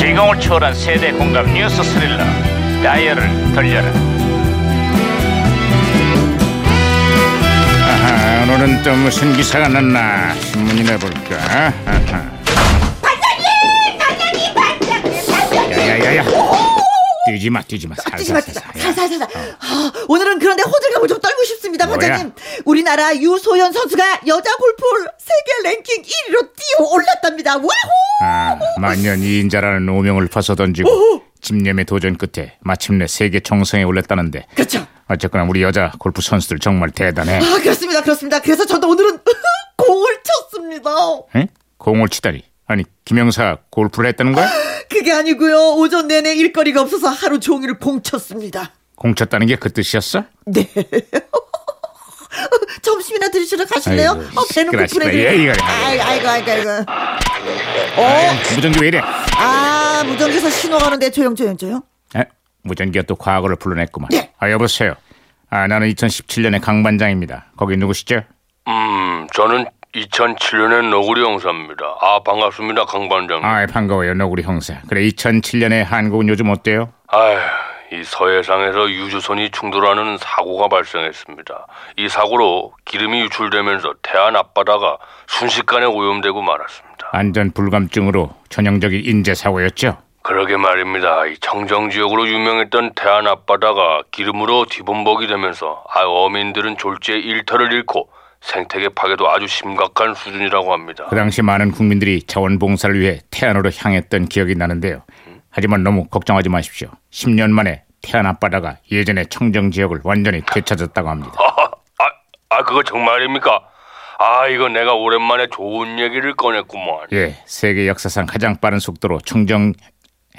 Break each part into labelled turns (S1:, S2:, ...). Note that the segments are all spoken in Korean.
S1: 감동을 초월한 세대 공감 뉴스 스릴러 다이얼을 돌려라
S2: 아하, 오늘은 또 무슨 기사가 났나 신문이나 볼까 아하. 야야야야 뛰지마 뛰지마
S3: 아, 뛰지 마, 뛰지
S2: 살살살살
S3: 마. 살살살살. 아, 오늘은 그런데 호들갑을 좀 떨고 싶습니다,
S2: 어. 뭐야?
S3: 반장님. 우리나라 유소연 선수가 여자 골프 세계 랭킹 1위로 뛰어 올랐답니다. 와호!
S2: 아, 만년 이인자라는 오명을 벗어던지고 집념의 도전 끝에 마침내 세계 정상에 올랐다는데
S3: 그렇죠.
S2: 어쨌거나 우리 여자 골프 선수들 정말 대단해
S3: 아, 그렇습니다, 그렇습니다. 그래서 저도 오늘은 공을 쳤습니다.
S2: 에? 공을 치다니 아니 김영사 골프를 했다는 거야?
S3: 그게 아니고요. 오전 내내 일거리가 없어서 하루 종일 공 쳤습니다.
S2: 공 쳤다는 게 그 뜻이었어?
S3: 네. 점심이나 드시러 가실래요?
S2: 아이고,
S3: 어,
S2: 시끄러워,
S3: 배는 고프네.
S2: 시끄러워. 예, 이거, 이거.
S3: 아이고, 아이고, 아이고, 아이고. 어,
S2: 무전기 왜 이래?
S3: 아, 무전기에서 신호가 오는데 조용, 조용, 조용.
S2: 에? 무전기가 또 과거를 불러냈구만.
S3: 네.
S2: 아 여보세요. 아 나는 2017년의 강 반장입니다. 거기 누구시죠?
S4: 음, 저는 2007년의 너구리 형사입니다. 아, 반갑습니다, 강 반장님.
S2: 아 반가워요 너구리 형사. 그래 2007년의 한국은 요즘 어때요?
S4: 아휴, 이 서해상에서 유조선이 충돌하는 사고가 발생했습니다. 이 사고로 기름이 유출되면서 태안 앞바다가 순식간에 오염되고 말았습니다.
S2: 안전 불감증으로 전형적인 인재 사고였죠.
S4: 그러게 말입니다. 이 청정 지역으로 유명했던 태안 앞바다가 기름으로 뒤범벅이 되면서 아, 어민들은 졸지에 일터를 잃고 생태계 파괴도 아주 심각한 수준이라고 합니다.
S2: 그 당시 많은 국민들이 자원봉사를 위해 태안으로 향했던 기억이 나는데요. 하지만 너무 걱정하지 마십시오. 10년 만에 태안 앞바다가 예전의 청정 지역을 완전히 되찾았다고 합니다.
S4: 아, 아 그거 정말입니까? 아 이거 내가 오랜만에 좋은 얘기를 꺼냈구만.
S2: 예, 세계 역사상 가장 빠른 속도로 청정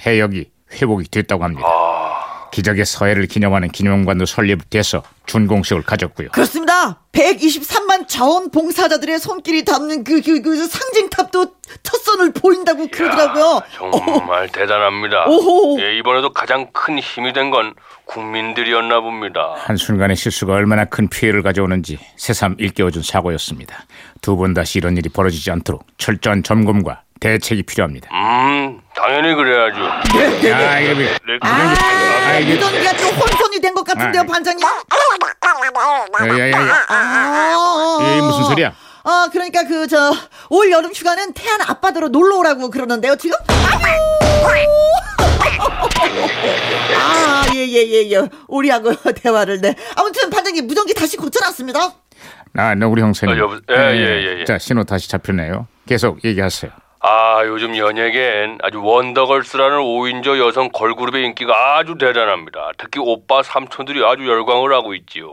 S2: 해역이 회복이 됐다고 합니다.
S4: 아,
S2: 기적의 서해를 기념하는 기념관도 설립돼서 준공식을 가졌고요.
S3: 그렇습니다. 123만 자원 봉사자들의 손길이 담는 그, 그, 그 상징탑도 첫 선을 보인다고 그러더라고요.
S4: 정말 대단합니다.
S3: 오호.
S4: 예, 이번에도 가장 큰 힘이 된 건 국민들이었나 봅니다.
S2: 한순간의 실수가 얼마나 큰 피해를 가져오는지 새삼 일깨워준 사고였습니다. 두 번 다시 이런 일이 벌어지지 않도록 철저한 점검과 대책이 필요합니다.
S4: 음, 당연히 그래야죠.
S2: 야, 이거 왜-
S4: 네,
S3: 아,
S2: 이게-
S3: 무전기가 좀 혼선이 된 것 같은데요,
S2: 아.
S3: 반장님.
S2: 야, 야, 야, 야.
S3: 아,
S2: 이게 무슨 소리야?
S3: 아, 그러니까 그, 저, 올 여름 휴가는 태안 앞바다로 놀러 오라고 그러는데요, 지금? 아유! 아, 예, 예, 예, 예. 우리하고 대화를, 네. 아무튼, 반장님, 무전기 다시 고쳐놨습니다. 어,
S2: 아, 너구리 형사님.
S4: 아, 여보- 예, 예, 예, 예.
S2: 자, 신호 다시 잡혔네요. 계속 얘기하세요.
S4: 아, 요즘 연예계엔 아주 원더걸스라는 5인조 여성 걸그룹의 인기가 아주 대단합니다. 특히 오빠 삼촌들이 아주 열광을 하고 있지요.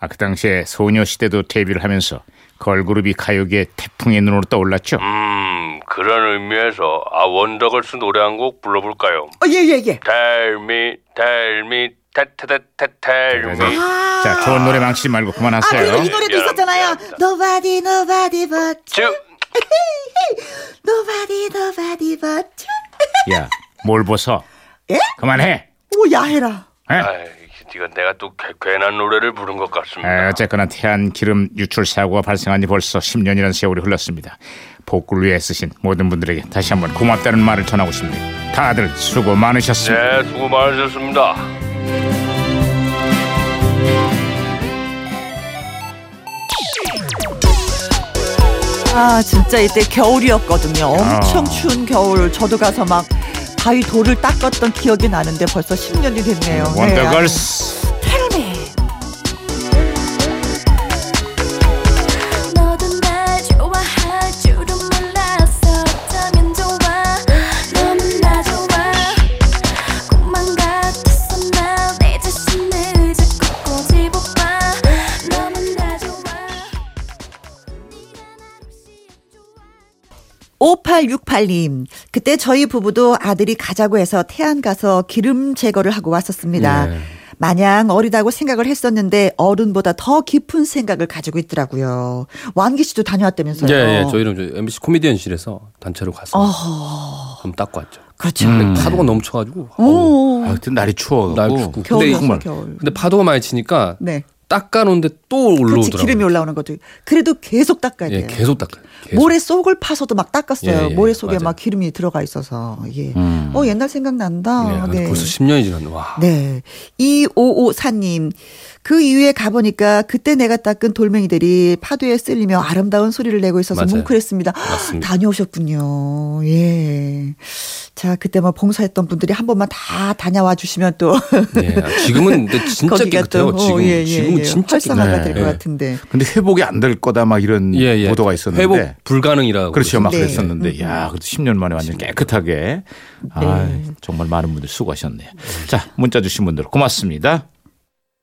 S2: 아, 그 당시에 소녀시대도 데뷔를 하면서 걸그룹이 가요계의 태풍의 눈으로 떠올랐죠.
S4: 음, 그런 의미에서 아 원더걸스 노래 한 곡 불러볼까요?
S3: 어, 예, 예, 예.
S4: Tell me, tell me, t t t tell me.
S3: 네.
S2: 자, 좋은 노래 망치지 말고
S3: 아,
S2: 그만하세요.
S3: 그리고 이 노래도
S4: 미안합니다,
S3: 있었잖아요.
S4: 미안합니다.
S3: Nobody, nobody but you.
S4: 즉,
S3: Nobody, nobody but you.
S2: 야, 뭘 벗어?
S3: 예?
S2: 그만해.
S3: 오, 야해라.
S2: 예?
S4: 아이, 네가 내가 또 괴, 괜한 노래를 부른 것 같습니다.
S2: 아, 어쨌거나 태안 기름 유출 사고가 발생한 지 벌써 10년이라는 세월이 흘렀습니다. 복구를 위해 쓰신 모든 분들에게 다시 한번 고맙다는 말을 전하고 싶네요. 다들 수고 많으셨습니다.
S4: 네, 수고 많으셨습니다.
S3: 아, 진짜 이때 겨울이었거든요. 엄청
S2: 아.
S3: 추운 겨울. 저도 가서 막 바위 돌을 닦았던 기억이 나는데 벌써 10년이 됐네요.
S4: 음,
S3: 네,
S2: 원더걸스.
S5: 너도 날 좋아할 줄은 몰랐어 어쩌면 좋아 너는 나 좋아 꿈만 같았어 나 내 자신을 자꾸 꼬집어봐 너는 나 좋아 네가 날 없이 안 좋아
S3: 5868님, 그때 저희 부부도 아들이 가자고 해서 태안 가서 기름 제거를 하고 왔었습니다.
S4: 네.
S3: 마냥 어리다고 생각을 했었는데 어른보다 더 깊은 생각을 가지고 있더라고요. 완기 씨도 다녀왔다면서요?
S6: 예, 예. 저희는 저 MBC 코미디언실에서 단체로 갔어요. 그럼 닦고 왔죠.
S3: 그렇죠.
S6: 근데 파도가 너무 쳐가지고.
S3: 오,
S7: 아, 그때 날이 추워.
S6: 날 죽고.
S3: 겨울
S6: 근데,
S3: 갔어
S6: 정말.
S3: 겨울.
S6: 근데 파도가 많이 치니까
S3: 네.
S6: 닦아놓은데 또
S3: 그렇지
S6: 올라오더라고요.
S3: 기름이 올라오는 것도 그래도 계속 닦아야 돼요.
S6: 예, 계속 닦아요. 계속.
S3: 모래 속을 파서도 막 닦았어요.
S6: 예, 예,
S3: 모래 속에
S6: 맞아요. 음.
S3: 막 기름이 들어가 있어서 이게 어 옛날
S6: 예,
S3: 생각난다.
S6: 아, 벌써 10년이 지났네. 와.
S3: 네. 2554님. 그 이후에 가보니까 그때 내가 닦은 돌멩이들이 파도에 쓸리며 아름다운 소리를 내고 있어서
S6: 맞아요.
S3: 뭉클했습니다.
S6: 맞습니다.
S3: 다녀오셨군요. 예. 자, 그때 뭐 봉사했던 분들이 한 번만 다 다녀와 주시면 또.
S6: 예, 아, 지금은 근데 진짜
S3: 거기가
S6: 깨끗해요.
S3: 또, 어,
S6: 지금
S3: 예, 예,
S6: 지금은
S3: 예.
S6: 진짜
S3: 활성화가 될 것
S2: 예.
S3: 같은데.
S2: 근데 회복이 안 될 거다 막 이런
S6: 예, 예.
S2: 음, 보도가 있었는데
S6: 회복 불가능이라고.
S2: 그렇죠 막
S3: 네.
S2: 그랬었는데 야 그래도 10년 만에 완전 깨끗하게 아 정말 많은 분들 수고하셨네요. 자 문자 주신 분들 고맙습니다.